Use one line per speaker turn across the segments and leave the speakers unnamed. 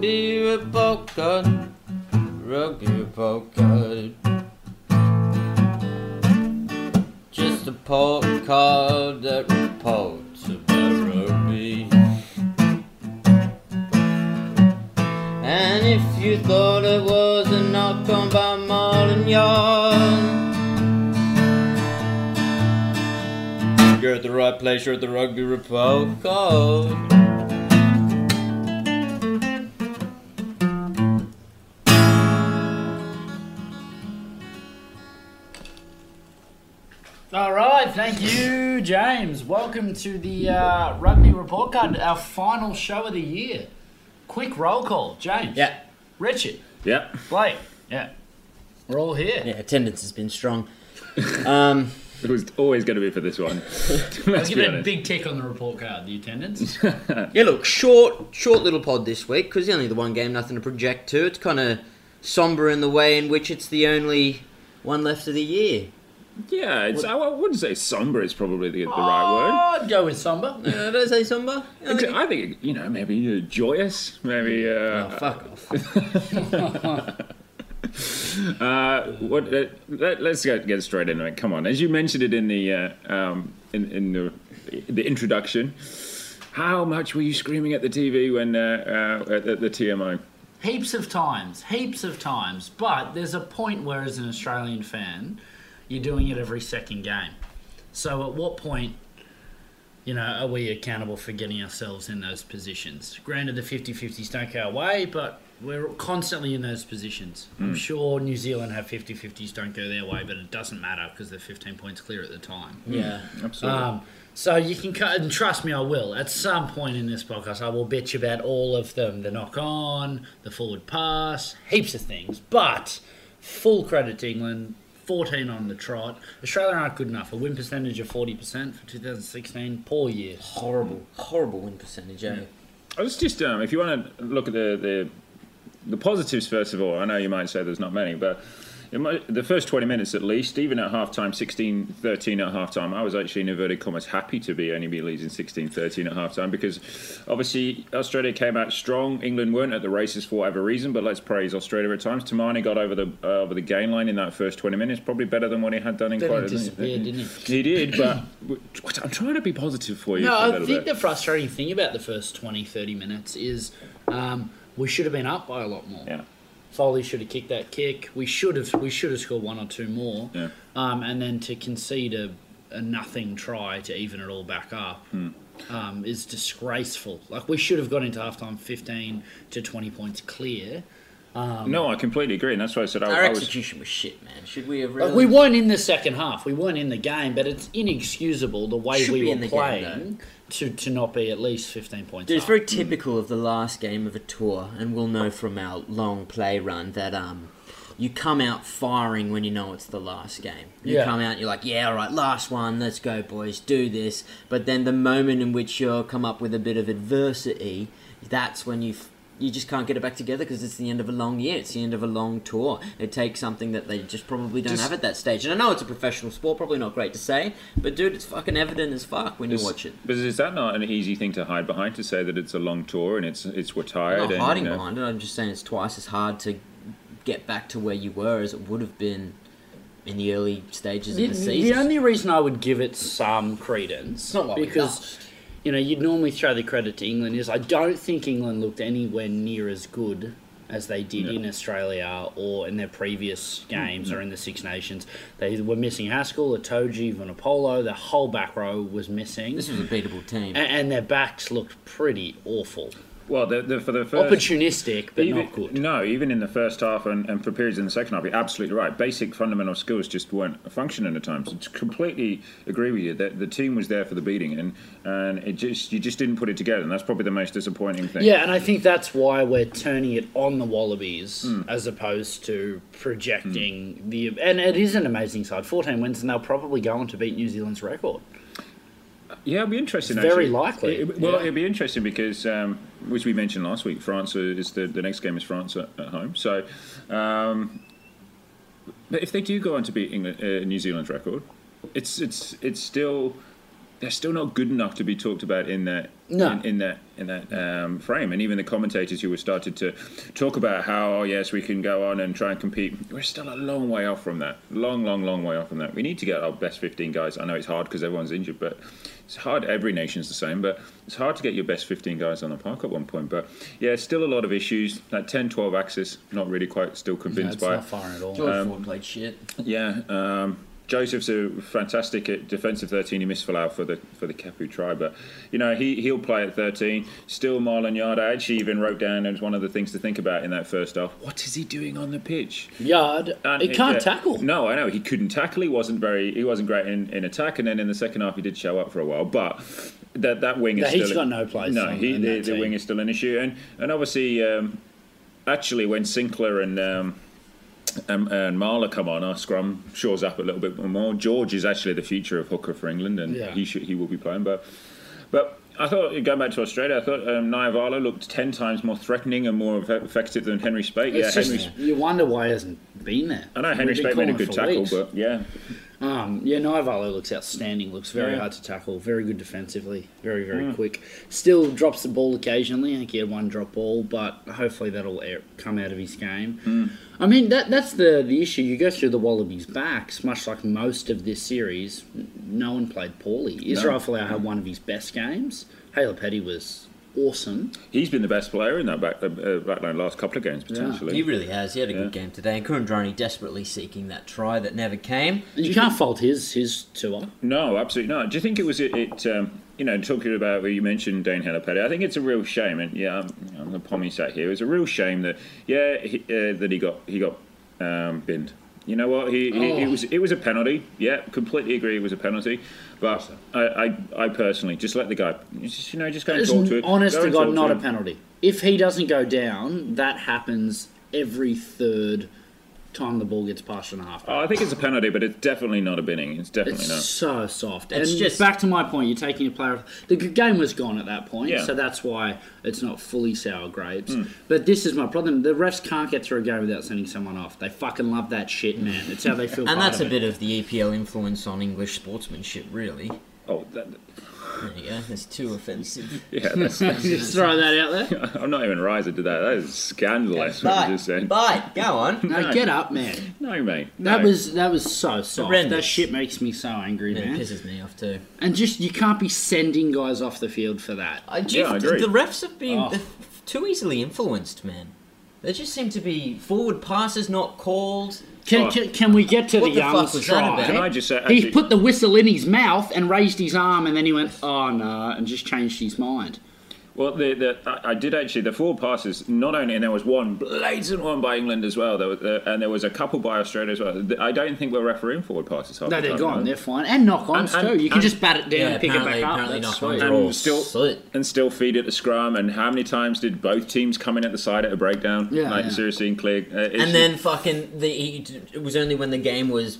be a polka, rugby polka. Just a polka that reports about rugby. And if you thought it was a knock on by Marlon Yarn, you're at the right place, you're at the rugby report.
All right, thank you, James. Welcome to the uh, Rugby Report Card, our final show of the year. Quick roll call, James.
Yeah.
Richard.
Yep.
Blake. Yeah. We're all here.
Yeah, attendance has been strong. Um,
It was always going to be for this one. Let's
Let's give
be
it a
honest.
big tick on the report card, the attendance.
yeah, look, short, short little pod this week because only the one game, nothing to project to. It's kind of somber in the way in which it's the only one left of the year.
yeah, it's, I wouldn't say somber is probably the, the right
I'd go with somber.
Uh, did I say somber? I
word.
think-
I think you know maybe uh, joyous, maybe uh,
Oh, fuck off.
Uh, what, uh, let, us get, get straight into it. Come on, as you mentioned it in the uh, um, in, in the the introduction, how much were you screaming at the TV when uh, uh, at the, the TMO?
Heaps of times, heaps of times. But there's a point where, as an Australian fan, you're doing it every second game. So at what point, you know, are we accountable for getting ourselves in those positions? Granted, the 50 50s don't go away, but we're constantly in those positions. I'm sure New Zealand have 50 50s don't go their way, but it doesn't matter because they're 15 points clear at the time.
Yeah.
Absolutely.
Um, so you can cut, and trust me, I will. At some point in this podcast, I will bitch about all of them the knock on, the forward pass, heaps of things. But full credit to England 14 on the trot. Australia aren't good enough. A win percentage of 40% for 2016. Poor year. Horrible.
Horrible win percentage, eh?
I was just um, if you want to look at the, the the positives first of all. I know you might say there's not many, but it might, the first 20 minutes at least, even at halftime, 16-13 at halftime, I was actually in inverted commas happy to be only be losing 16-13 at halftime because obviously Australia came out strong. England weren't at the races for whatever reason, but let's praise Australia at times. Tamani got over the uh, over the game line in that first 20 minutes, probably better than what he had done in
Then
quite
he
a-
disappeared, didn't he?
He did, but I'm trying to be positive for you.
No,
for a
I
little
think
bit.
the frustrating thing about the first 20, 30 minutes is um, we should have been up by a lot more.
yeah.
Foley should have kicked that kick. We should have we should have scored one or two more.
Yeah.
Um, and then to concede a, a nothing try to even it all back up
Hmm.
um, is disgraceful. Like we should have gone into halftime fifteen to twenty points clear.
No, I completely agree, and that's why I said I,
Our
I was.
execution was shit, man. Should we have really...
Like we weren't in the second half. We weren't in the game, but it's inexcusable the way
Should
we
be
were
in the game,
playing to, to not be at least fifteen points.
Dude, it's
up.
very typical of the last game of a tour, and we'll know from our long play run that um, you come out firing when you know it's the last game. You
Yeah.
come out, you're like, yeah, all right, last one, let's go, boys, do this. But then the moment in which you come up with a bit of adversity, that's when you f- you just can't get it back together because it's the end of a long year. It's the end of a long tour. It takes something that they just probably don't
Just-
have at that stage. And I know it's a professional sport, probably not great to say, but dude, it's fucking evident as fuck when you
Is-
watch it.
But is that not an easy thing to hide behind to say that it's a long tour and it's it's we're tired?
I'm not
and,
hiding
you know,
behind it. I'm just saying it's twice as hard to get back to where you were as it would have been in the early stages
The,
of the
the
season.
only reason I would give it some credence,
not what we
because
lost.
you know you'd normally throw the credit to England, is I don't think England looked anywhere near as good as they did in Australia or in their previous
Mm-hmm.
games or in the Six Nations. They were missing Haskell, Itoji, Vanopolo. The whole back row was missing,
this was a beatable team.
A- and, their backs looked pretty awful,
Well, the, the, for the first
uh,
opportunistic but
even-
not good.
No, even in the first half and, and for periods in the second half, you're absolutely right. Basic fundamental skills just weren't functioning at times. It's completely agree with you that the team was there for the beating and and it just you just didn't put it together, and that's probably the most disappointing thing.
Yeah, and I think that's why we're turning it on the Wallabies
Hmm.
as opposed to projecting the. And it is an amazing side. 14 wins, and they'll probably go on to beat New Zealand's record.
Yeah, it'd be interesting.
It's very
actually.
likely.
It- it- well,
Yeah.
it'd be interesting because, um, which we mentioned last week, France is the, the next game is France at, at home. So, um, but if they do go on to beat England, uh, New Zealand's record, it's it's it's still they're still not good enough to be talked about in that
No.
in, in that in that um, frame. And even the commentators who were started to talk about how oh yes we can go on and try and compete, we're still a long way off from that. Long, long, long way off from that. We need to get our best 15 guys. I know it's hard because everyone's injured, but it's hard. Every nation's the same, but it's hard to get your best 15 guys on the park at one point. But yeah, still a lot of issues. That 10-12 axis, not really quite still convinced
That's
by.
not far at all.
George
Um,
Ford played shit.
Yeah, um, Joseph's a fantastic at defensive thirteen. He missed Falau for the for the Kepu try, but you know he he'll play at thirteen. Still Marlon Yard. I actually even wrote down as one of the things to think about in that first half. What is he doing on the pitch?
Yard.
And
he can't
yeah,
tackle.
No, I know he couldn't tackle. He wasn't very. He wasn't great in, in attack, and then in the second half he did show up for a while. But that that wing is
Yeah,
still
he's got no place
No,
on-
he,
in
the,
that
the
team.
wing is still an issue, and and obviously um, actually when Sinclair and. Um, and, and Marla come on, our scrum shores up a little bit more. George is actually the future of hooker for England, and
Yeah.
he should, he will be playing. But but I thought going back to Australia, I thought um, Niavalo looked ten times more threatening and more eff- effective than Henry Spate.
It's
yeah,
just,
Henry,
you wonder why he hasn't been there.
I know Henry
We've been
Spate made a
calling
good
for
tackle,
weeks.
but yeah,
Um, yeah, Nivalo looks outstanding. Looks very
Yeah.
hard to tackle. Very good defensively. Very very quick. Still drops the ball occasionally. I think he had one drop ball, but hopefully that'll air, come out of his game. I mean that that's the the issue. You go through the Wallabies' backs, much like most of this series. n- No one played poorly. Israel Folau had one of his best games. Haley Petty was awesome.
he's been the best player in that back, uh, back line last couple of games potentially.
He really has. He had a good
Yeah.
game today, and Kurundroni desperately seeking that try that never came.
And you can't fault his his tour.
No, absolutely not. Do you think it was it? it um, you know, talking about where you mentioned Dane Helipetti, I think it's a real shame, and yeah, I'm, I'm the pommy sat here. It's a real shame that yeah, he, uh, that he got he got um, binned. You know what? He, he it
Oh.
was it was a penalty. Yeah, completely agree. It was a penalty, but I, I, I personally just let the guy. Just, you know, just go and
It's
talk to him.
honest
Go
to
and
God,
talk
not a
him.
penalty. If he doesn't go down, that happens every third time the ball gets past and a half.
Oh, I think it's a penalty, but it's definitely not a binning. It's definitely
it's
not.
so soft.
It's
and
just-
back to my point, you're taking a player. The g- game was gone at that point,
Yeah.
so that's why it's not fully sour grapes.
Hmm.
But this is my problem. The refs can't get through a game without sending someone off. They fucking love that shit, man. It's how they feel.
And
part
that's
of
a
it.
bit of the EPL influence on English sportsmanship, really.
Oh, that,
There you go. That's too offensive.
yeah. That's, that's,
Just throw that out there.
I'm not even rising to that. That is scandalous. what you just
but,
said.
but, go on.
No, get up, man.
No, mate.
That
no.
was that was so soft. That
Horrendous.
shit makes me so angry,
It
man.
pisses me off too.
And just you can't be sending guys off the field for that.
I just,
Yeah, I agree.
The refs have been
Oh.
they're f- too easily influenced, man. They just seem to be forward passes not called.
Can,
Oh.
can, can we get to
What
the,
the fuck
Young's
was that
try?
about?
Can I just say?
He
Actually,
put the whistle in his mouth and raised his arm, and then he went, "Oh no," and just changed his mind.
well, the, the, I, I did actually the four passes. Not only, and there was one blatant one by England as well. There was, uh, and there was a couple by Australia as well. I don't think we're refereeing forward passes. Half
No,
the
they're
time,
gone.
right?
They're fine, and knock-ons
And- and-
too. You can
and-
just bat it down,
Yeah,
pick it
apparently-
back up.
apparently
That's
knock-ons
sweet.
are all-
And still,
Sit.
and still feed at the scrum. And how many times did both teams come in at the side at a breakdown?
Yeah,
like
yeah.
seriously, and clear. Uh, issue.
And then fucking the he, it was only when the game was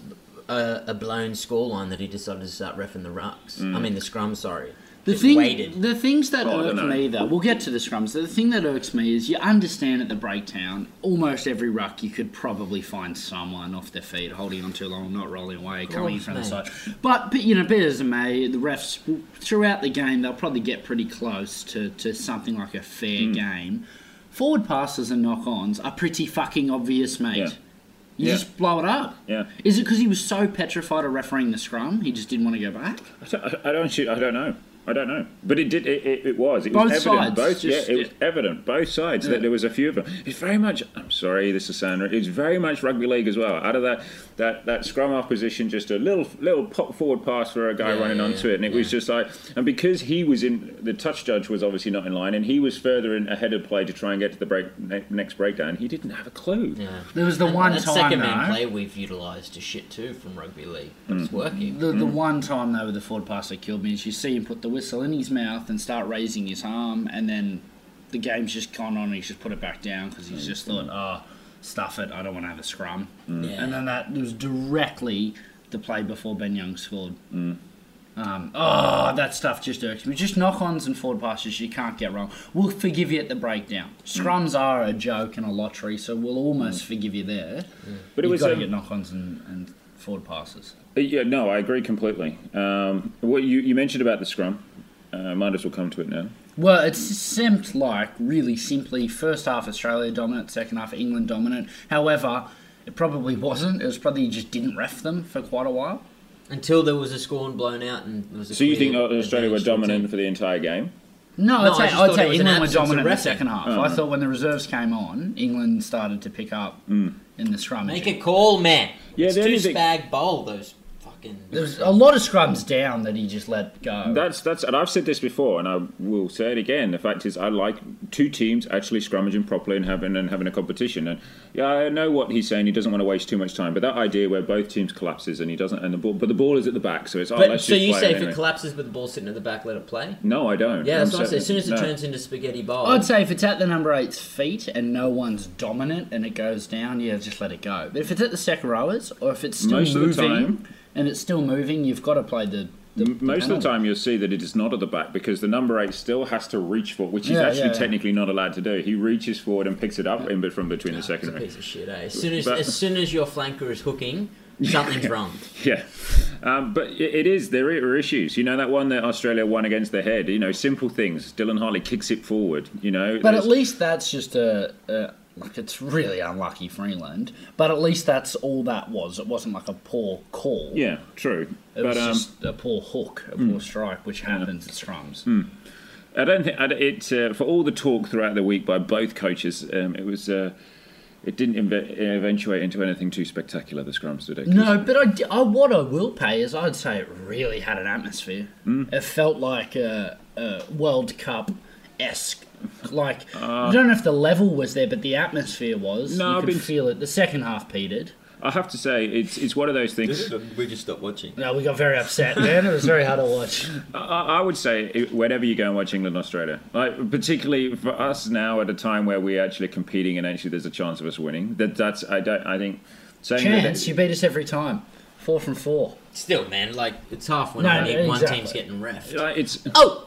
uh, a, a blown scoreline that he decided to start refing the rucks. I
Mm.
mean the scrum, sorry.
The
Just
thing,
waited.
the things that
Oh, I
irk
dunno.
me though, we'll get to the scrums. The thing that irks me is you understand at the breakdown, almost every ruck you could probably find someone off their feet holding on too long, not rolling away, coming in
course,
front of the
mate.
side. But, but you know, better as it may, the refs throughout the game they'll probably get pretty close to, to something like a fair
Hmm.
game. Forward passes and knock-ons are pretty fucking obvious, mate.
Yeah.
You
Yeah.
just blow it up.
Yeah.
Is it because he was so petrified of refereeing the scrum, he just didn't want to go back?
I I don't. shoot- I don't know. I don't know, but it did. It, it, it was. It
Both
was
sides,
evident. Both.
just-
yeah, it was evident. Both sides
Yeah.
that there was a few of them. It's very much. I'm sorry, this is Sandra. It's very much rugby league as well. Out of that that that scrum off position, just a little little pop forward pass for a guy
Yeah,
running
yeah,
onto it, and it was just like. And because he was in the touch judge was obviously not in line, and he was further in ahead of play to try and get to the break ne- next breakdown. He didn't have a clue.
Yeah.
There was the one
that
time,
second man
though-
play we've utilised to shit too from rugby league. It's
Mm.
working.
The, the one time though with the forward pass that killed me is you see him put the whistle in his mouth and start raising his arm, and then the game's just gone on and he's just put it back down because he's just thought, oh, stuff it, I don't want to have a scrum.
Yeah.
And then that was directly the play before Ben Young scored. Um, oh, that stuff just irks me. Just knock ons and forward passes you can't get wrong. We'll forgive you at the breakdown. Scrums are a joke and a lottery, so we'll almost forgive you there.
But
But
it
it
was,
You've got
um,
to get knock ons and, and forward passes.
Uh, Yeah, no, I agree completely. Um, what you, you mentioned about the scrum, uh, might as well come to it now.
Well, it's simped like really simply first half Australia dominant, second half England dominant. However, it probably wasn't. It was probably you just didn't ref them for quite a while.
Until there was a scorn blown out and there was a
So you
clear
think Australia were
advantage to the team.
dominant for the entire game?
No,
No,
I'd
I
say,
just
I'd
thought it
say
was an Uh-huh.
England were
absence of
dominant in the
reffing.
second half. I thought when the reserves came on, England started to pick up in the
Mm. Make
scrummage.
a call, man.
Yeah,
it's
the
too
only thing-
spag bowl. Those fucking.
There was a lot of scrums down that he just let go.
That's that's, and I've said this before, and I will say it again. The fact is, I like two teams actually scrummaging properly and having and having a competition. And yeah, I know what he's saying. He doesn't want to waste too much time. But that idea where both teams collapses and he doesn't, and the ball, but the ball is at the back, so it's. oh,
But
let's
so
just
you
play
say
it
if
anyway.
it collapses with the ball sitting at the back, let it play.
No, I don't.
Yeah, that's
I'm
what I say. As soon
certain-
as it
no.
turns into spaghetti bowl,
I'd say if it's at the number eight's feet and no one's dominant and it goes down, yeah, just let it go. But if it's at the second rowers or if it's still
Most of the
moving
time-
and it's still moving, you've got to play the. the
M- Most of the
penalty.
time, you'll see that it is not at the back because the number eight still has to reach for, which he's
Yeah,
actually
yeah, yeah.
technically not allowed to do. He reaches forward and picks it up in but from between the
it's a
secondary.
piece of shit. Eh? As soon as
But-
as soon as your flanker is hooking, something's wrong.
Yeah, um, but it, it is there are issues. You know that one that Australia won against the head. You know, simple things. Dylan Hartley kicks it forward. You know,
But
there's-
at least that's just a. a like it's really unlucky for England, but at least that's all that was. It wasn't like a poor call.
yeah, true.
it
but
was
um, mm.
just a poor hook, a poor strike, which happens at scrums.
I don't think I, don't- it uh, for all the talk throughout the week by both coaches. Um, it was. Uh, it didn't inve- eventuate into anything too spectacular. The scrums today.
No, but I, d- I- what I will pay is I'd say it really had an atmosphere.
Mm.
It felt like a, a World Cup esque. Like I don't know if the level was there, but the atmosphere was.
Ah. No,
you
I've
could
been-
feel it. The second half petered.
I have to say it's it's one of those things.
we just stopped watching.
No, we got very upset, man. It was very hard to watch.
I, I would say it- whenever you go and watch England Australia, like particularly for us now at a time where we're actually competing and actually there's a chance of us winning. That that's I don't I think saying
Chance,
that
you beat us every time. Four from four.
Still, man, like it's half when
No,
only one
exactly.
team's getting ref.
like, it's
Oh,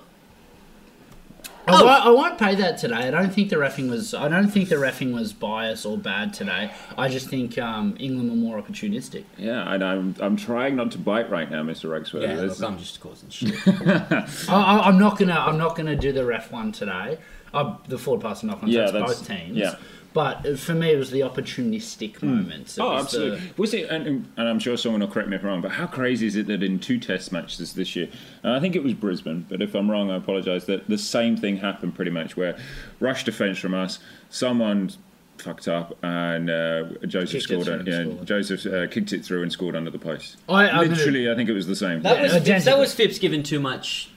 I,
Oh.
won't, I won't pay that today. I don't think the refing was. I don't think the refing was biased or bad today. I just think um, England were more opportunistic.
yeah, and I'm I'm trying not to bite right now, Mr. Rexford.
yeah.
That's-
Look, I'm just causing shit.
I, I, I'm not gonna. I'm not gonna do the ref one today. I, the forward pass and knock on.
Yeah,
Yeah,
that's-
both teams.
yeah.
But uh, for me, it was the opportunistic moments. It
Oh,
was the-
absolutely. Was it? And, and I'm sure someone will correct me if I'm wrong, but how crazy is it that in two Test matches this year, and I think it was Brisbane, but if I'm wrong, I apologise. That the same thing happened pretty much, where rush defence from us, someone fucked up, and uh, Joseph
Kicked it
scored.
through
on-
and
Yeah,
scored.
Joseph uh, kicked it through and scored under the post.
I, I'm Literally.
Literally, I think it was the same.
That was Phipps, that
identical.
was Phipps giving too much.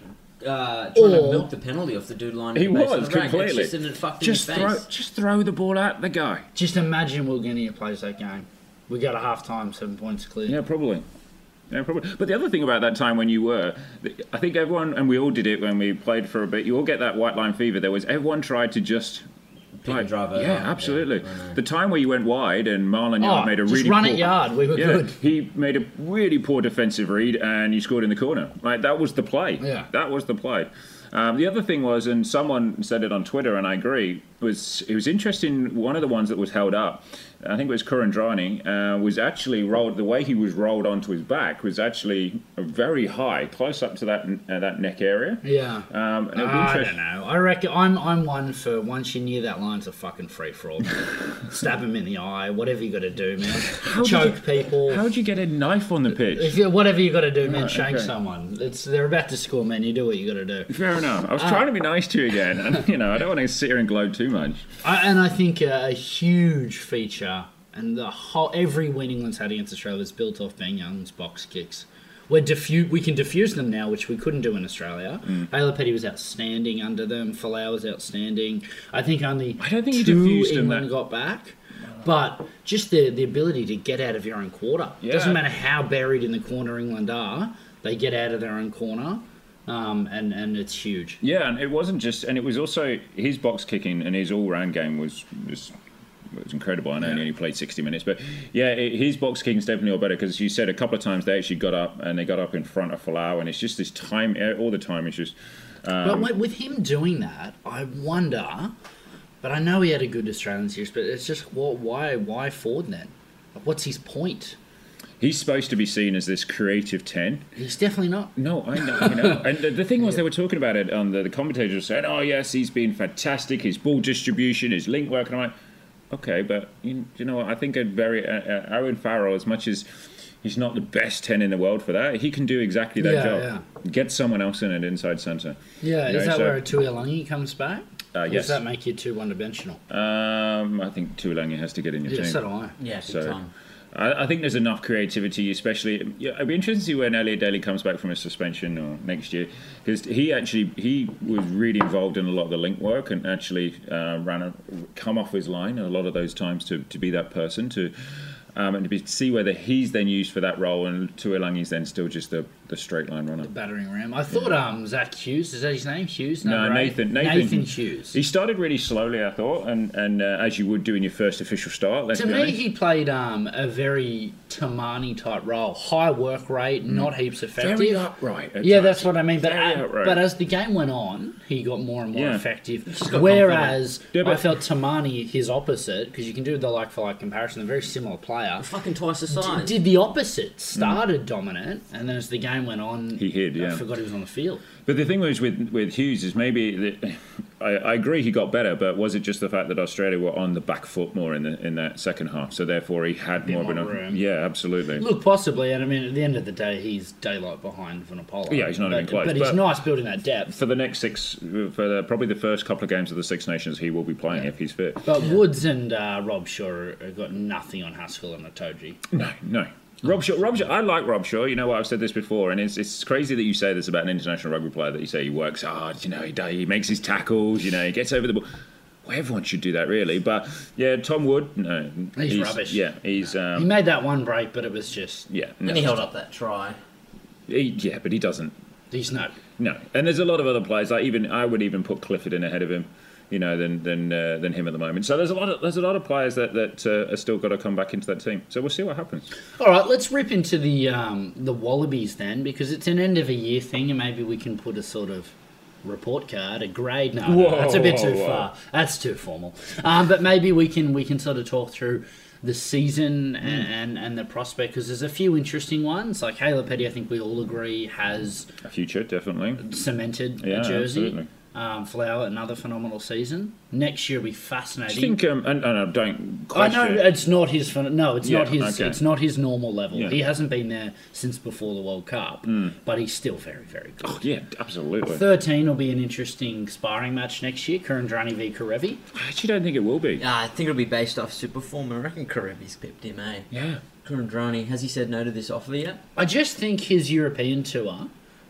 Uh, trying
Or-
to milk the penalty off the dude line.
he
at the base of
was
the rack. It's
completely.
Just, and it fucked
just
in your
throw,
face.
just throw the ball at the guy.
just imagine Will Guinea plays that game. We go to half time, seven points clear. Oh,
Yeah, probably. Yeah, probably. But the other thing about that time when you were, th- I think everyone, and we all did it when we played for a bit. You all get that white line fever. There was everyone tried to just.
Pick and drive
yeah,
over. Yeah,
absolutely.
I know.
the time where you went wide and Marlon
Oh,
Yard made a
just
really
run
poor,
at yard. We were
Yeah,
good.
he made a really poor defensive read and you scored in the corner. Like that was the play.
Yeah.
that was the play. Um, the other thing was, and someone said it on Twitter, and I agree. Was it was interesting? One of the ones that was held up, I think it was Kurandrani, uh, was actually rolled. The way he was rolled onto his back was actually very high, close up to that uh, that neck area.
Yeah. Ah,
Um, and it was
I don't
interest-
know. I reckon I'm I'm one for once you're near that line, it's a fucking free for all. Stab him in the eye, whatever you got to do, man.
did
Choke people.
How'd you get a knife on the pitch?
If you, whatever you got to do, man,
Right,
shank
okay.
someone. It's they're about to score, man. You do what you got to do.
Fair enough. I was
Ah.
trying to be nice to you again, and you know I don't want to sit here and gloat too much.
I, and I think a, a huge feature and the whole every win England's had against Australia is built off Ben Young's box kicks. We're diffu- we can diffuse them now, which we couldn't do in Australia.
Mm.
Baylor Petty was outstanding under them. Falau was outstanding. I think only
I don't think you
two
diffused them
England
that-
got back. But just the, the ability to get out of your own quarter.
Yeah.
Doesn't matter how buried in the corner England are, they get out of their own corner, um, and, and it's huge.
Yeah, and it wasn't just, and it was also his box kicking and his all round game was was was incredible. I know he only played sixty minutes, but yeah, it, his box kicking is definitely all better because you said a couple of times they actually got up and they got up in front of Falau, and it's just this time all the time. It's just
But with- with him doing that, I wonder. But I know he had a good Australian series, but it's just what, why, why Ford then? Like, What's his point?
He's supposed to be seen as this creative 10.
He's definitely not.
No, I know. I know. and the, the thing was, they were talking about it on the, the commentators were saying, oh, yes, he's been fantastic. His ball distribution, his link work. And I'm like, okay, but you, you know what? I think I'd very, uh, uh, Aaron Farrell, as much as he's not the best 10 in the world for that, he can do exactly that
Yeah,
job. Get someone else in at inside centre.
Yeah,
No,
is that
so-
where a Tuilangi comes back?
Uh,
Or
yes.
Does that make you too one-dimensional?
Um, I think Tulangi has to get in your
Yeah,
team.
so do I.
Yeah, big
So-
time.
I, I think there's enough creativity, especially. Yeah, I'd be interested to see when Elliot Daly comes back from his suspension or next year, because he actually he was really involved in a lot of the link work and actually uh, ran a, come off his line a lot of those times to, to be that person to. Um, and to be, see whether he's then used for that role, and Tuolangi's then still just the, the straight line runner.
Battering ram. I thought um Zach Hughes is that his name? Hughes?
No,
number eight?
Nathan,
Nathan.
Nathan.
Hughes.
He started really slowly, I thought, and and uh, as you would do in your first official start. Let's
to
be
me,
honest.
he played um, a very Tamani type role, high work rate, not heaps effective.
Mm. very upright. at
Yeah,
times.
that's what I mean. But
Very
uh,
outright.
but as the game went on, he got more and more
Yeah.
effective.
got
Whereas
Yeah, but-
I felt Tamani his opposite because you can do the like for like comparison. They're very similar player.
Fucking twice the size.
Did the opposite. Started dominant, and then as the game went on,
Mm. He hid,
I
yeah.
forgot he was on the field.
But the thing was with with Hughes is maybe the, I, I agree he got better, but was it just the fact that Australia were on the back foot more in the in that second half, so therefore he had more,
more
of an
room.
yeah, absolutely.
Look, possibly, and I mean, at the end of the day, he's daylight behind Vanapolo.
Yeah, he's not
but,
even close,
But he's
but-
nice building that depth.
For the next six, for the, probably the first couple of games of the Six Nations, he will be playing if he's fit.
But Woods and uh, Rob Shaw have got nothing on Haskell and Otoji.
No, no. Rob Shaw, Rob Shaw, I like Rob Shaw. You know what? I've said this before, and it's, it's crazy that you say this about an international rugby player that you say he works hard, you know, he, do- he makes his tackles, you know, he gets over the ball. Well, everyone should do that, really. But yeah, Tom Wood, no.
He's rubbish.
Yeah, he's. Um,
He made that one break, but it was just
Yeah, no.
And he held up that try.
He- yeah, but he doesn't.
he's no.
No, and there's a lot of other players. Like even I would even put Clifford in ahead of him, you know, than than uh, than him at the moment. So there's a lot of there's a lot of players that that uh, are still got to come back into that team. So we'll see what happens.
All right, let's rip into the um, the Wallabies then, because it's an end of a year thing, and maybe we can put a sort of report card, a grade. No, no,
Whoa,
that's a bit
whoa,
too
whoa.
far. That's too formal. Um, but maybe we can we can sort of talk through the season and, and, and the prospect because there's a few interesting ones. Like Caleb Petty, I think we all agree has
A future definitely.
cemented
Yeah,
a jersey.
absolutely.
Um, Flower, another phenomenal season. Next year will be
I
fascinating.
think um and, and I don't
I
question.
know
uh,
it's not his. phen- No, it's
Yeah,
not his.
okay.
It's not his normal level.
Yeah. Hmm.
He hasn't been there since before the World Cup, but he's still very, very good.
Oh, yeah, absolutely.
Thirteen will be an interesting sparring match next year. Kurandrani v Karevi.
I actually don't think it will be.
Yeah, I think it'll be based off super form. I reckon Karevi's pipped him, eh?
Yeah.
Kurandrani, has he said no to this offer yet?
I just think his European tour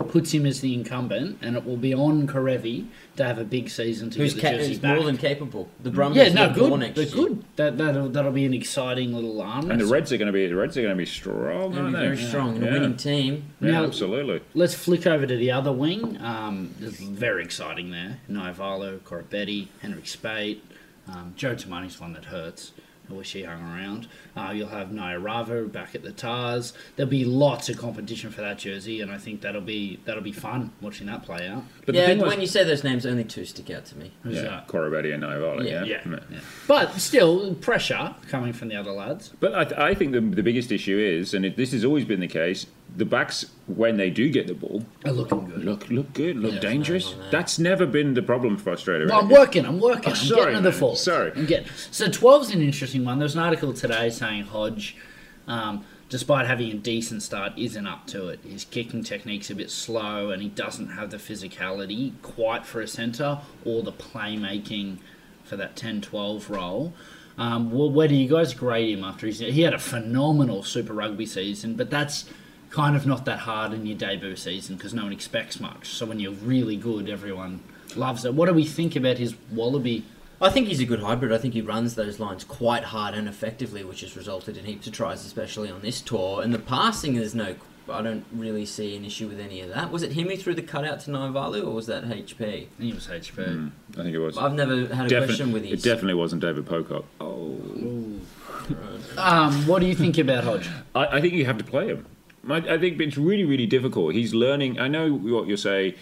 puts him as the incumbent, and it will be on Karevi to have a big season to
Who's
get
ca-
the jersey
who's
back.
more than capable? The Brumbies
yeah, no,
look more
good.
next
They're
year.
good. That that'll, that'll be an exciting little arm.
And the
wrestle.
Reds are going to be the Reds are going to be strong,
They're gonna
aren't
be
they?
very
yeah.
strong and a
Yeah.
winning team.
Yeah,
Now-
absolutely.
Let's flick over to the other wing. Um, it's very exciting there. Naivalo, Corabetti, Henrik Spate. Um, Joe Tamani's one that hurts. I wish he hung around. Uh, you'll have Nairava back at the Tars. There'll be lots of competition for that jersey, and I think that'll be that'll be fun watching that play out.
But
yeah,
the thing was,
when you say those names, only two stick out to me.
Who's
yeah,
that?
Corabetti and Naivala,
Yeah,
Yeah. yeah. But still, pressure coming from the other lads.
But I, th- I think the, the biggest issue is, and it, this has always been the case, the backs when they do get the ball
Are looking good.
look look good, look
Yeah,
dangerous.
no, no, no.
That's never been the problem for Australia.
No, I'm
It-
working. I'm working. I'm
Oh, sorry,
getting to the
man.
fourth.
Sorry.
I'm getting. So 12's an interesting one. There was an article today saying Hodge, um, despite having a decent start, isn't up to it. His kicking technique's a bit slow, and he doesn't have the physicality quite for a centre or the playmaking for that 10-12 role. Um, well, where do you guys grade him after he's, he had a phenomenal Super Rugby season? But that's kind of not that hard in your debut season because no one expects much. So when you're really good, everyone loves it. What do we think about his Wallaby?
I think he's a good hybrid. I think he runs those lines quite hard and effectively, which has resulted in heaps of tries, especially on this tour. And the passing, there's no. I don't really see an issue with any of that. Was it him who threw the cutout to Naivalu, or was that HP?
He was HP.
I think it was.
I've never had a
Defin-
question with
it
his.
definitely wasn't David Pocock.
Um, what do you think about Hodge?
I, I think you have to play him. I, I think it's really, really difficult. He's learning. I know what you say.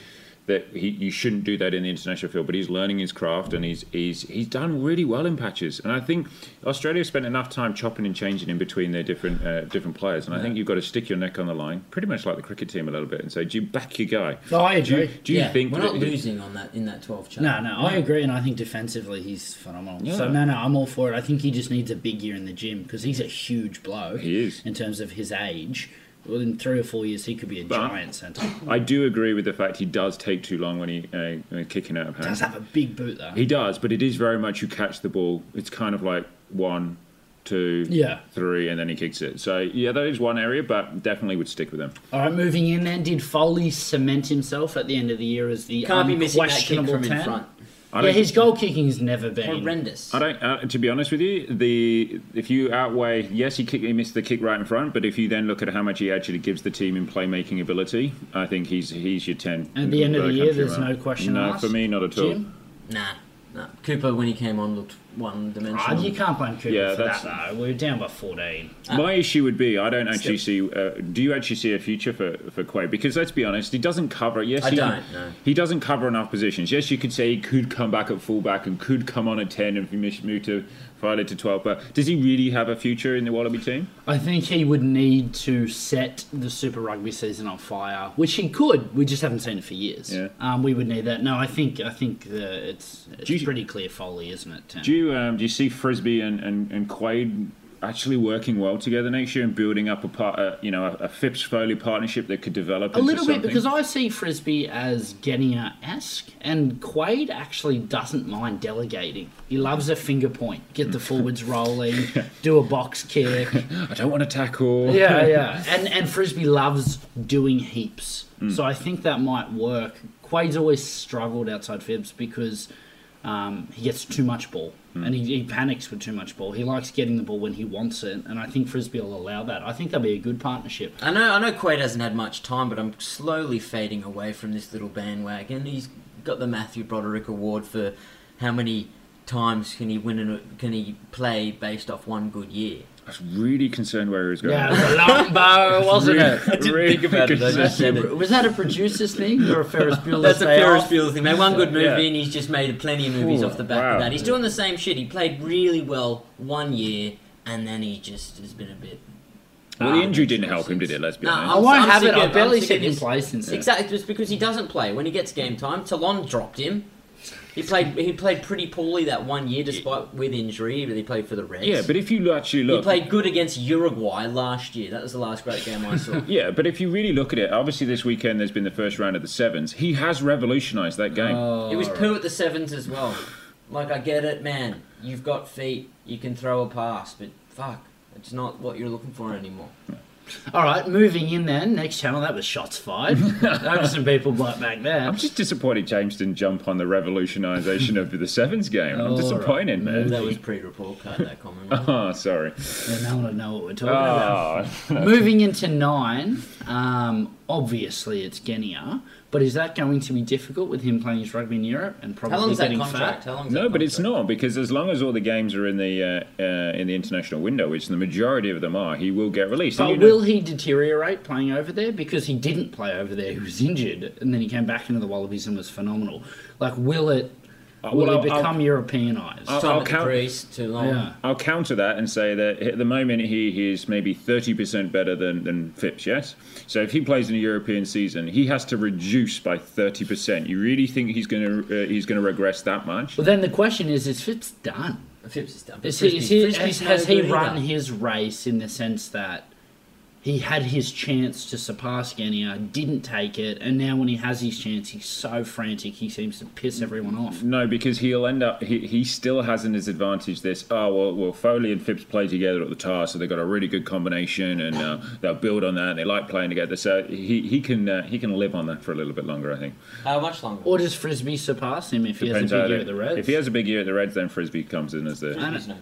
that he, you shouldn't do that in the international field. But he's learning his craft, and he's he's he's done really well in patches. And I think Australia spent enough time chopping and changing in between their different uh, different players. And I think you've got to stick your neck on the line, pretty much like the cricket team a little bit, and say, do you back your guy?
No, I
Do you,
agree.
do you
yeah,
think
we're
that
not losing on that in that 12 chart?
No, no, I agree, and I think defensively he's phenomenal.
Yeah.
So no, no, I'm all for it. I think he just needs a big year in the gym because he's a huge bloke.
He is.
in terms of his age. Within three or four years, he could be a
But-
giant centre.
I do agree with the fact he does take too long when he uh, when kicking out of hand.
Does have a big boot though.
He does, but it is very much you catch the ball. It's kind of like one, two, three,
Yeah.
and then he kicks it. So yeah, that is one area, but definitely would stick with him.
All right, moving in then. Did Foley cement himself at the end of the year as the
Can't
Um,
be missing that kick
unquestionable
from in
10?
front.
I
Yeah,
don't,
his goal kicking has never been
Horrendous.
I don't. Uh, to be honest with you, the if you outweigh, yes, he, kick, he missed the kick right in front, but if you then look at how much he actually gives the team in playmaking ability, I think he's he's your ten.
At the end of the year,
country
there's
runner.
no question
No,
asked.
for me, not at all.
Jim?
Nah, nah. Cooper, when he came on, looked one
Ah,
dimensional.
you can't blame Cooper
Yeah,
for
that's-
that though. We were down by 14.
My issue would be I don't actually see. Uh, do you actually see a future for for Quay? Because let's be honest, he doesn't cover. Yes,
I
he,
don't, no.
he doesn't cover enough positions. Yes, you could say he could come back at fullback and could come on at ten if you miss- move to Friday to twelve. But does he really have a future in the Wallaby team?
I think he would need to set the Super Rugby season on fire, which he could. We just haven't seen it for years.
Yeah.
Um, we would need that. No, I think I think the, it's it's
Do you-
pretty clear Foley, isn't it? Tim?
Do you um, do you see Frisbee and and and Quaid actually working well together next year and building up a part, uh, you know, a, a Phipps Foley partnership that could develop
a
into
little bit
something?
because I see Frisbee as Genia esque, and Quaid actually doesn't mind delegating. He loves a finger point, get
Mm.
the forwards rolling, do a box kick.
I don't want to tackle.
Yeah, yeah. And and Frisbee loves doing heaps. So I think that might work. Quaid's always struggled outside fibs because um, he gets too much ball and he, he panics with too much ball. He likes getting the ball when he wants it, and I think Frisbee will allow that. I think that'll be a good partnership.
I know, I know Quaid hasn't had much time, but I'm slowly fading away from this little bandwagon. He's got the Matthew Broderick Award for how many times can he win and can he play based off one good year?
I was really concerned where he was going.
Yeah, it was a Lombo, wasn't
Really-
it?
really concerned.
Was that a producer's thing or a Ferris Bueller's
That's a
Day
Ferris
Off?
Bueller thing. They one good movie,
Yeah.
and he's just made plenty of movies
Ooh,
off the back
wow.
of that. He's doing the same shit. He played really well one year, and then he just has been a bit.
Well, the
Ah,
injury
makes
didn't
no
help him,
sense.
did it? Let's be
No,
I
honest.
I'm
won't have
sick
it. I
of-
barely
I'm sick
sit
of
in
this.
place since then.
Exactly, it's because he doesn't play. When he gets game time, Talon dropped him. He played. He played pretty poorly that one year, despite with injury. But he played for the Reds.
Yeah, but if you
he
actually look,
played good against Uruguay last year. That was the last great game I saw.
yeah, but if you really look at it, obviously this weekend there's been the first round of the sevens. He has revolutionised that game.
It was poo at the sevens as well. Like I get it, man. You've got feet. You can throw a pass, but fuck, it's not what you're looking for anymore.
All right, moving in then. Next channel, that was shots fired. that was some people right back there.
I'm just disappointed James didn't jump on the revolutionisation of the sevens game. I'm
All
disappointed, man.
That was pre-report card. That comment. wasn't it?
Oh, sorry.
Yeah, no one would know what we're talking about.
Oh,
Moving into nine, um, obviously it's Genia, but is that going to be difficult with him playing his rugby in Europe and probably
How long's that
getting
contract?
fat?
How long's that
no, but it's
contract?
not because as long as all the games are in the uh, uh, in the international window, which the majority of them are, he will get released. And
But
you know-
will he deteriorate playing over there? Because he didn't play over there, he was injured, and then he came back into the Wallabies and was phenomenal. Like, will it? Will
Uh, well, I'll-
he become Europeanized?
I'll-
Time at the
count-
crease, too long.
yeah.
I'll counter that and say that at the moment he, he is maybe 30% better than, than Phipps, yes? So if he plays in a European season, he has to reduce by 30%. You really think he's going to uh, he's going to regress that much?
Well, then the question is: Is Fitz done?
Phipps is done. but
Is he, is he,
Frisbee's- Frisbee's
has, has he
no good
run
either.
his race in the sense that he had his chance to surpass Genia, didn't take it, and now when he has his chance, he's so frantic he seems to piss everyone off.
No, because he'll end up he, he still has in his advantage this. Oh well, well Foley and Phipps play together at the tar, so they've got a really good combination, and uh, they'll build on that. And they like playing together, so he, he can uh, he can live on that for a little bit longer, I think.
How much longer?
Or does Frisbee surpass him if he
Depends
has a
how
big year
they-
at the Reds?
If he has a big year at the Reds, then Frisbee comes in as the
Frisbee's no.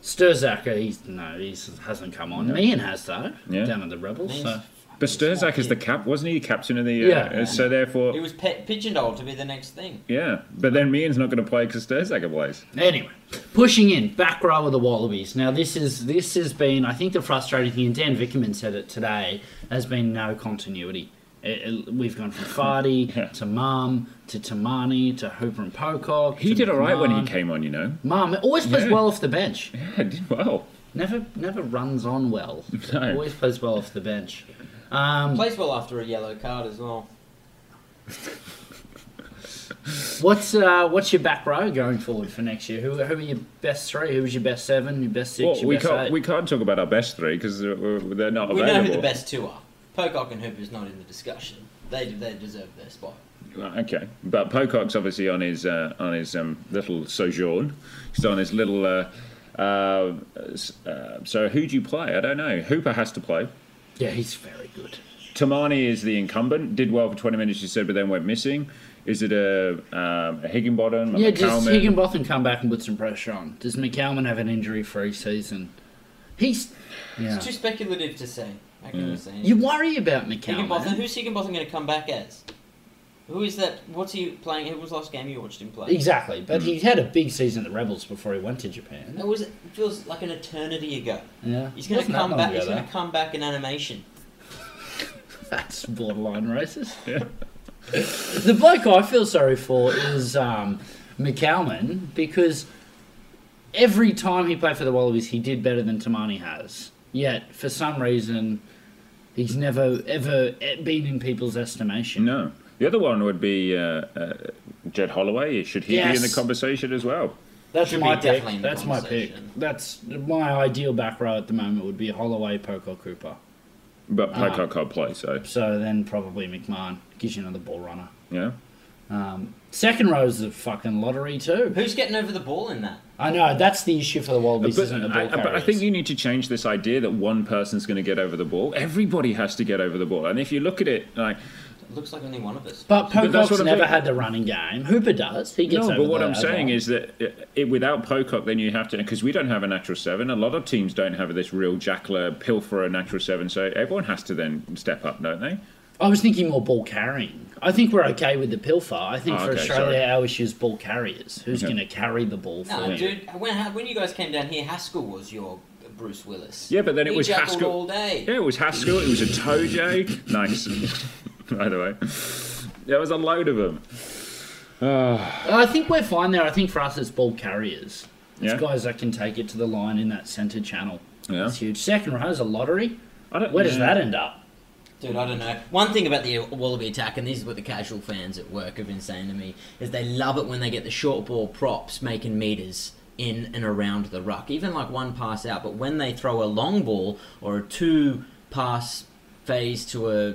Sturzaka, he's no, he hasn't come on. Meehan has though,
Yeah.
down at the Rebels. So.
But Sturzak is the cap, wasn't he captain of the? Uh,
Yeah.
So therefore,
He was pe- pigeonholed to be the next thing.
yeah. But then Mian's not going to play because Sturzak plays.
Anyway, pushing in back row of the Wallabies. Now this is this has been I think the frustrating thing, and Dan Vickerman said it today, has been no continuity. It, it- we've gone from Fardy
Yeah.
to Mum to Tamani to Hooper and Pocock.
He
to
did all right when he
McMahon.
came on, you know.
Mum always plays
Yeah.
well off the bench.
Yeah, did well.
Never never runs on well.
No.
Always plays well off the bench. Um,
Plays well after a yellow card as well.
what's uh, what's your back row going forward for next year? Who, who are your best three? Who was your best seven? Your best six?
Well,
your
we
best
can't
eight?
we can't talk about our best three because they're, they're not
We know
available.
who the best two are. Pocock and Hooper's not in the discussion. They they deserve their spot.
Right, Okay, but Pocock's obviously on his uh, on his um, little sojourn. He's on his little. Uh, uh, s- uh, so who do you play? I don't know. Hooper has to play.
Yeah, he's very good.
Tamani is the incumbent. Did well for 20 minutes, you said, but then went missing. Is it a, um, a Higginbottom? A
Yeah, just
McCalman?
Higginbotham come back and put some pressure on. Does McCalman have an injury-free season? He's yeah.
It's too speculative to say. I can say.
You worry about eh?
Higginbotham.
McCalman.
Who's Higginbotham going to come back as? Who is that? What's he playing? Who was the last game you watched him play?
Exactly, but he had a big season at the Rebels before he went to Japan.
It was it feels like an eternity ago.
Yeah,
He's going to
Wasn't that
come
long
back.
ago,
He's going
though.
to come back in animation.
That's borderline racist. the bloke I feel sorry for is um, McCalman because every time he played for the Wallabies, he did better than Tamani has. Yet, for some reason, he's never ever e- been in people's estimation.
No. The other one would be uh, uh, Jed Holloway. Should he be in the
Yes.
conversation as well?
That's
Should
my
be
pick.
definitely in the
That's my pick.
conversation.
That's my ideal back row at the moment would be Holloway, Pocock, Cooper.
But
Ah.
Pocock can't play, so
So then probably McMahon gives you another ball runner.
yeah.
Um, second row is a fucking lottery too.
Who's getting over the ball in that?
I know that's the issue for the Wallabies,
But
isn't the
I,
ball
but I
carriers.
think you need to change this idea that one person's going to get over the ball. Everybody has to get over the ball, and if you look at it, like
It looks like only one of us.
But
But that's
Pocock's
what I'm
never
saying.
had the running game. Hooper does. He gets
no,
over
but what
the-
I'm
over
saying
the-
is that it, it, without Pocock, then you have to because we don't have a natural seven. A lot of teams don't have this real jackler pilferer natural seven, so everyone has to then step up, don't they?
I was thinking more ball carrying. I think we're okay with the pilfer. I think
Oh,
for
okay,
Australia,
sorry.
our issue is ball carriers. Who's
Okay.
going to carry the ball for
No,
you?
dude. When, when you guys came down here, Haskell was your Bruce Willis.
Yeah, but then it
He
was
juggled
Haskell.
all day.
Yeah, it was Haskell. It was a toe jag. Nice, by the way. There was a load of them.
I think we're fine there. I think for us, it's ball carriers. It's
Yeah.
guys that can take it to the line in that centre channel.
Yeah.
It's huge. Second row is a lottery.
I don't,
Where does
yeah.
that end up?
Dude, I don't know. One thing about the Wallaby attack, and this is what the casual fans at work have been saying to me, is they love it when they get the short ball props making meters in and around the ruck, even like one pass out. But when they throw a long ball or a two pass phase to a,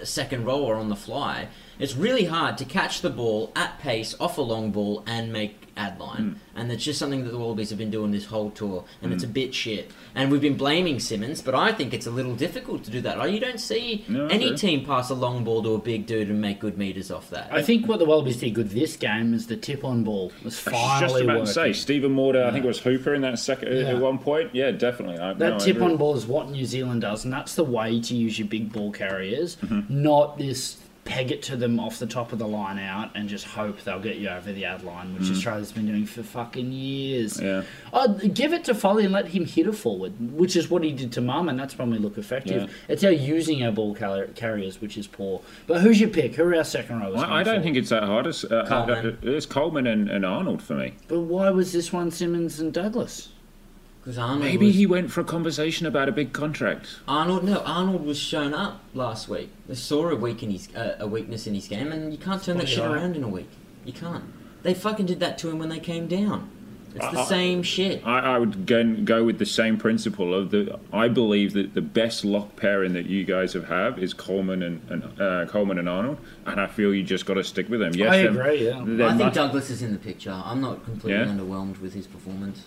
a second roller on the fly, it's really hard to catch the ball at pace off a long ball and make ad line.
Hmm.
And that's just something that the Wallabies have been doing this whole tour, and it's a bit shit. And we've been blaming Simmons, but I think it's a little difficult to do that. You don't see
No, I
any
agree.
team pass a long ball to a big dude and make good meters off that.
I think what the Wallabies did good this game is the tip on ball was
I was
finally
just about
working.
to say Stephen Morder. I think it was Hooper in that second
Yeah.
at one point. Yeah, definitely. I,
That
no, I
tip
agree.
on ball is what New Zealand does, and that's the way to use your big ball carriers,
Mm-hmm.
not this peg it to them off the top of the line out and just hope they'll get you over the ad line, which Australia's been doing for fucking years.
Mm-hmm. Yeah.
Oh, give it to Foley and let him hit a forward, which is what he did to Mum, and that's when we look effective.
Yeah.
It's our using our ball car- carriers, which is poor. But who's your pick? Who are our second rowers?
I, I
going
don't think
forward?
it's that hard. It's, uh,
Coleman.
it's Coleman and, and Arnold for me.
But why was this one Simmons and Douglas?
'Cause Arnold
Maybe
was-
he went for a conversation about a big contract.
Arnold, no, Arnold was shown up last week. They saw a weak in his uh, a weakness in his game, and you can't turn that shit
Spoiler.
around in a week. You can't. They fucking did that to him when they came down. It's the
I- I-
same shit.
I, I would go, go with the same principle of the. I believe that the best lock pairing that you guys have have is Coleman and, and uh, Coleman and Arnold, and I feel you just got to stick with them. Yes,
I
them-
agree, yeah.
them
I think
must-
Douglas is in the picture. I'm not completely
Yeah?
underwhelmed with his performance.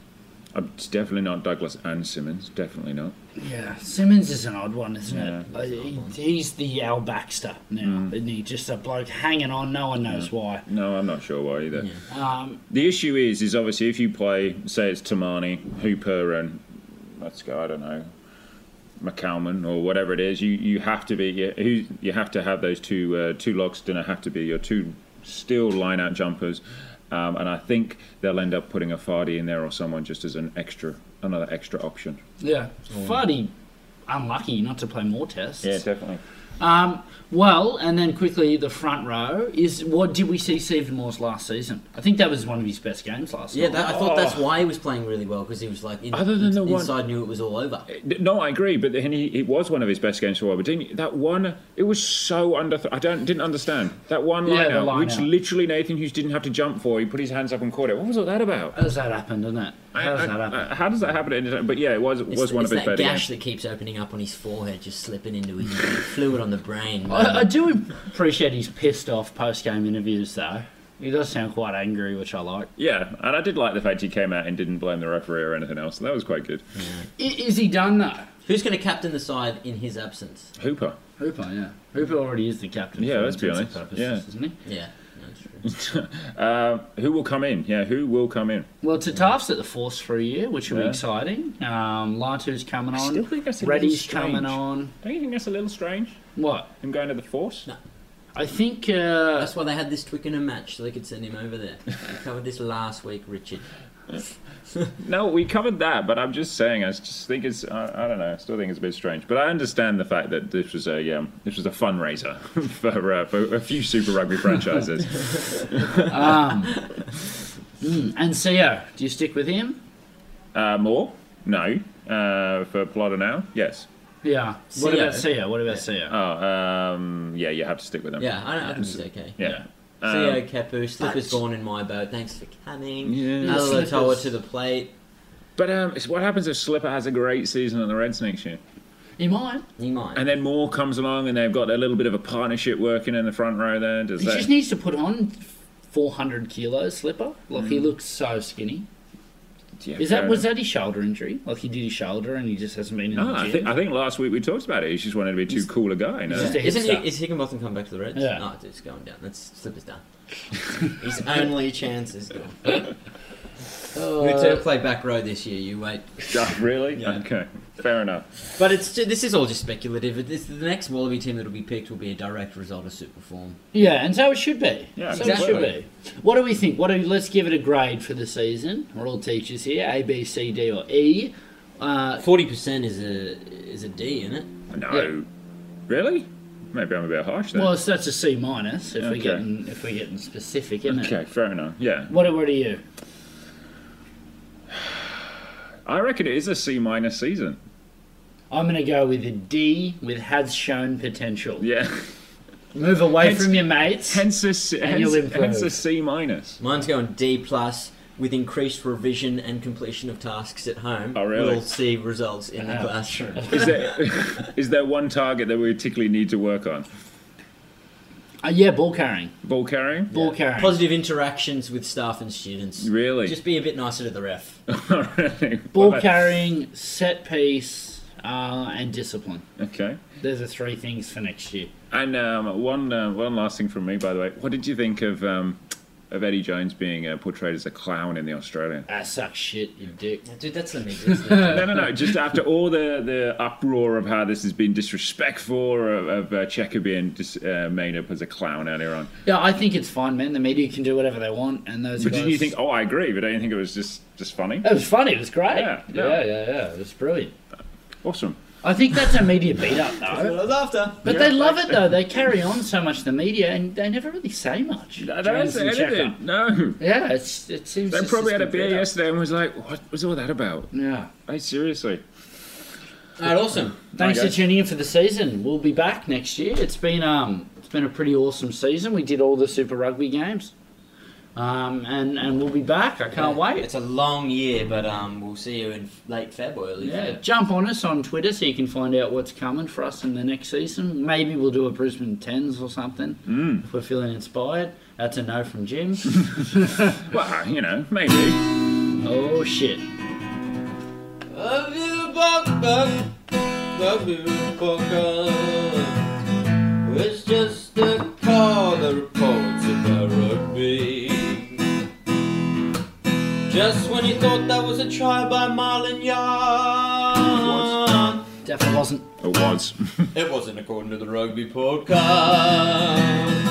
I'm- it's definitely not Douglas and Simmons. Definitely not.
Yeah, Simmons is an odd one, isn't
Yeah.
it? Like, he, he's the Al Baxter now, isn't he? Just a bloke hanging on, no one knows why.
No, I'm not sure why either.
Um,
The issue is, is obviously if you play, say it's Tamani, Hooper, and let's go, I don't know, McCalman or whatever it is, you, you have to be you, who- you have to have those two uh, two logs dinner have to be your two still line out jumpers, um, and I think they'll end up putting a Fardy in there or someone just as an extra another extra option.
yeah, Fardy, unlucky not to play more tests.
definitely.
Um, well, and then quickly the front row is what did we see Stephen Moore's last season? I think that was one of his best games last
Yeah,
night.
that, I thought that's why he was playing really well because he was like, in,
Oh. Other than the one-
inside knew it was all over.
No, I agree, but then he, it was one of his best games for a while. But didn't he- that one? It was so under. I don't didn't understand that one
Yeah,
line
the
out,
line
which
out.
literally Nathan Hughes didn't have to jump for. He put his hands up and caught it. What was all that about?
How does that happen, doesn't it? How does that happen?
I- I- how does that happen? at any time? But yeah, it was
It's,
was one
it's
of his
that
better
gash
games.
that keeps opening up on his forehead, just slipping into his fluid on the brain.
I, I do appreciate he's pissed off post game interviews though. He does sound quite angry, which I like.
Yeah, and I did like the fact he came out and didn't blame the referee or anything else. That was quite good.
I, is he done though?
Who's going to captain the side in his absence?
Hooper.
Hooper, yeah. Hooper already is the captain.
Yeah,
for
let's be
intents and
honest.
Purposes,
Yeah.
isn't he?
Yeah, that's true.
Uh, who will come in? Yeah, who will come in?
Well, Tataf's at the force for a year, which will be
Yeah.
exciting. Um, Lantu's coming on.
still think that's a little
Reddy's
strange.
coming on.
Don't you think that's a little strange?
What?
Him going to the force?
No.
I think. Uh,
That's why they had this Twickenham match so they could send him over there. We covered this last week, Richard.
No, we covered that, but I'm just saying. I just think it's. I, I don't know. I still think it's a bit strange, but I understand the fact that this was a um, this was a fundraiser for uh, for a few Super Rugby franchises.
um, mm, and Seo, do you stick with him?
uh, more? No. Uh, for Plotter now? Yes.
Yeah.
Seo.
What about Seo? What about Seo?
Oh, um, yeah. You have to stick with them.
Yeah, I, don't, I think he's okay.
Yeah.
See
Um,
you, Kepu. Slippers
but-
born in my boat. Thanks for coming.
Yeah.
Alatoa
Slippers.
to the plate.
But um, it's what happens if Slipper has a great season at the Reds next year?
He might.
He might.
And then Moore comes along and they've got a little bit of a partnership working in the front row there. Does
He
that...
just needs to put on 400 kilos slipper. Like he looks so skinny.
Yeah,
Is that
Mm. fair
was that his shoulder injury? Like he did his shoulder and he just hasn't been in
enough. No,
the
I
gym.
think, I think last week we talked about it. He just wanted to be too cool a guy. No?
just a
Isn't
hipster.
he, is Higginbotham coming back to the Reds?
Yeah.
No, it's going down. That's Slippers done. His only chance is gone. Oh. Return play back row this year. You wait.
Oh, really?
Yeah.
Okay. Fair enough.
But it's ju- this is all just speculative. This, the next Wallaby team that'll be picked will be a direct result of super form.
Yeah, and so it should be.
Yeah,
so it
exactly.
should be. What do we think? What do we, let's give it a grade for the season. We're all teachers here. A, B, C, D, or E. Uh,
Forty percent is a is a D, isn't it?
No.
Yeah.
Really? Maybe I'm a bit harsh then.
well, so that's a C minus if we're
Okay.
getting if we're getting specific, isn't
okay,
it?
fair enough. Yeah.
What, what are you?
I reckon it is a C minus season.
I'm going to go with a D with has shown potential.
Yeah.
Move away
Hence-
from your mates.
hence a C,
And
hence,
you'll improve.
hence a C minus.
Mine's going D plus with increased revision and completion of tasks at home.
Oh, really?
We'll see results in the
Yeah.
classroom.
Is there, is there one target that we particularly need to work on?
Uh, yeah, ball carrying.
Ball carrying?
Ball carrying.
Positive interactions with staff and students.
Really?
Just be a bit nicer to the ref.
Really?
ball
Well,
carrying, set piece, uh, and discipline.
Okay.
Those are three things for next year.
And um, one uh, one last thing from me, by the way. What did you think of um, of Eddie Jones being uh, portrayed as a clown in The Australian?
That sucks Ah, shit, you dick.
Dude, that's the mix. isn't it?
No, no, no. Just after all the, the uproar of how this has been disrespectful of, of uh, Checker being dis- uh, made up as a clown earlier on.
Yeah, I think it's fine, man. The media can do whatever they want, and those.
But
guys...
didn't you think? Oh, I agree. But don't you think it was just just funny?
It was funny. It was great.
Yeah, yeah.
yeah, yeah. yeah, It was brilliant.
Awesome.
I think that's a media beat up though.
Laughter.
But
Yeah.
they love it though. They carry on so much the media, and they never really say much.
I don't
Jones
say
and Checker.
anything. No.
Yeah, it's it seems.
They
it's
probably
just
had a beer
beat up.
yesterday and was like, "What was all that about?"
Yeah.
Hey, seriously.
All right, awesome.
Thanks
Okay.
for tuning in for the season. We'll be back next year. It's been um, it's been a pretty awesome season. We did all the Super Rugby games, um, and and we'll be back. I can't wait.
It's a long year, but um, we'll see you in late February. early
Yeah,
Feb.
jump on us on Twitter so you can find out what's coming for us in the next season. Maybe we'll do a Brisbane tens or something if we're feeling inspired. That's a no from Jim.
Well, you know, maybe.
oh shit.
Love you, Buck Buck. Love you, Buck It's just a call that reports about rugby. Just when you thought that was a try by Marlon Yarn,
Definitely wasn't.
It was.
it wasn't according to the rugby podcast.